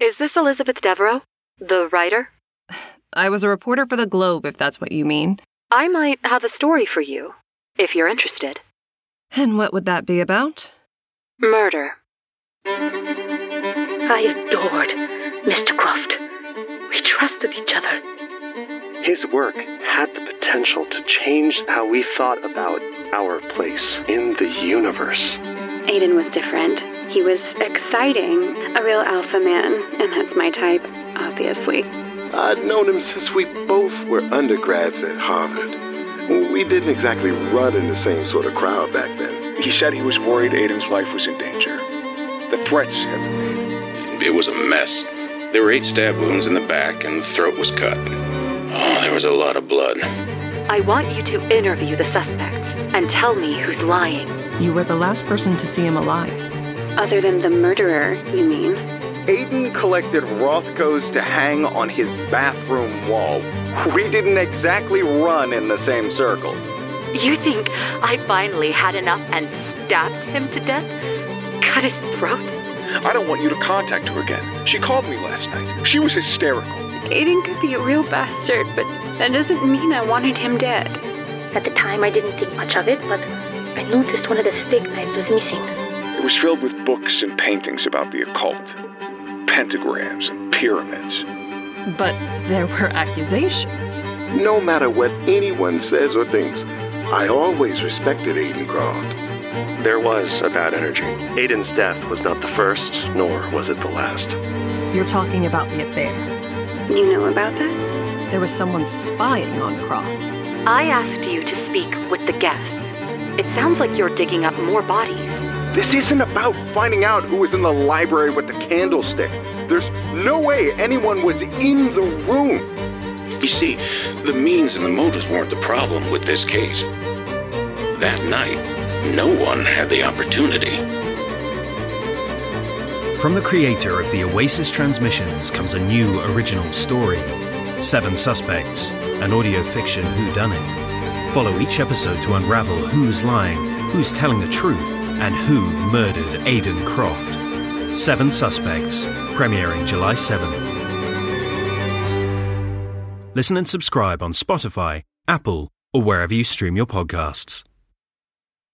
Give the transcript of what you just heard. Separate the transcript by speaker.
Speaker 1: Is this Elizabeth Devereaux, the writer?
Speaker 2: I was a reporter for the Globe, if that's what you mean.
Speaker 1: I might have a story for you, if you're interested.
Speaker 2: And what would that be about?
Speaker 1: Murder.
Speaker 3: I adored Mr. Croft. We trusted each other.
Speaker 4: His work had the potential to change how we thought about our place in the universe.
Speaker 5: Aiden was different. He was exciting, a real alpha man, and that's my type, obviously.
Speaker 6: I'd known him since we both were undergrads at Harvard. We didn't exactly run in the same sort of crowd back then.
Speaker 7: He said he was worried Aiden's life was in danger. The threats had been made.
Speaker 8: It was a mess. There were eight stab wounds in the back, and the throat was cut. Oh, there was a lot of blood.
Speaker 1: I want you to interview the suspects and tell me who's lying.
Speaker 2: You were the last person to see him alive.
Speaker 5: Other than the murderer, you mean?
Speaker 9: Aiden collected Rothko's to hang on his bathroom wall. We didn't exactly run in the same circles.
Speaker 1: You think I finally had enough and stabbed him to death? Cut his throat?
Speaker 7: I don't want you to contact her again. She called me last night. She was hysterical.
Speaker 5: Aiden could be a real bastard, but that doesn't mean I wanted him dead.
Speaker 3: At the time, I didn't think much of it, but I noticed one of the steak knives was missing.
Speaker 7: It was filled with books and paintings about the occult, pentagrams and pyramids.
Speaker 2: But there were accusations.
Speaker 6: No matter what anyone says or thinks, I always respected Aiden Croft.
Speaker 4: There was a bad energy. Aiden's death was not the first, nor was it the last.
Speaker 2: You're talking about the affair.
Speaker 5: You know about that?
Speaker 2: There was someone spying on Croft.
Speaker 1: I asked you to speak with the guests. It sounds like you're digging up more bodies.
Speaker 6: This isn't about finding out who was in the library with the candlestick. There's no way anyone was in the room.
Speaker 8: You see, the means and the motives weren't the problem with this case. That night, no one had the opportunity.
Speaker 10: From the creator of the Oasis Transmissions comes a new original story Seven Suspects, an audio fiction whodunit. Follow each episode to unravel who's lying, who's telling the truth, and who murdered Aidan Croft. Seven Suspects, premiering July 7th. Listen and subscribe on Spotify, Apple, or wherever you stream your podcasts.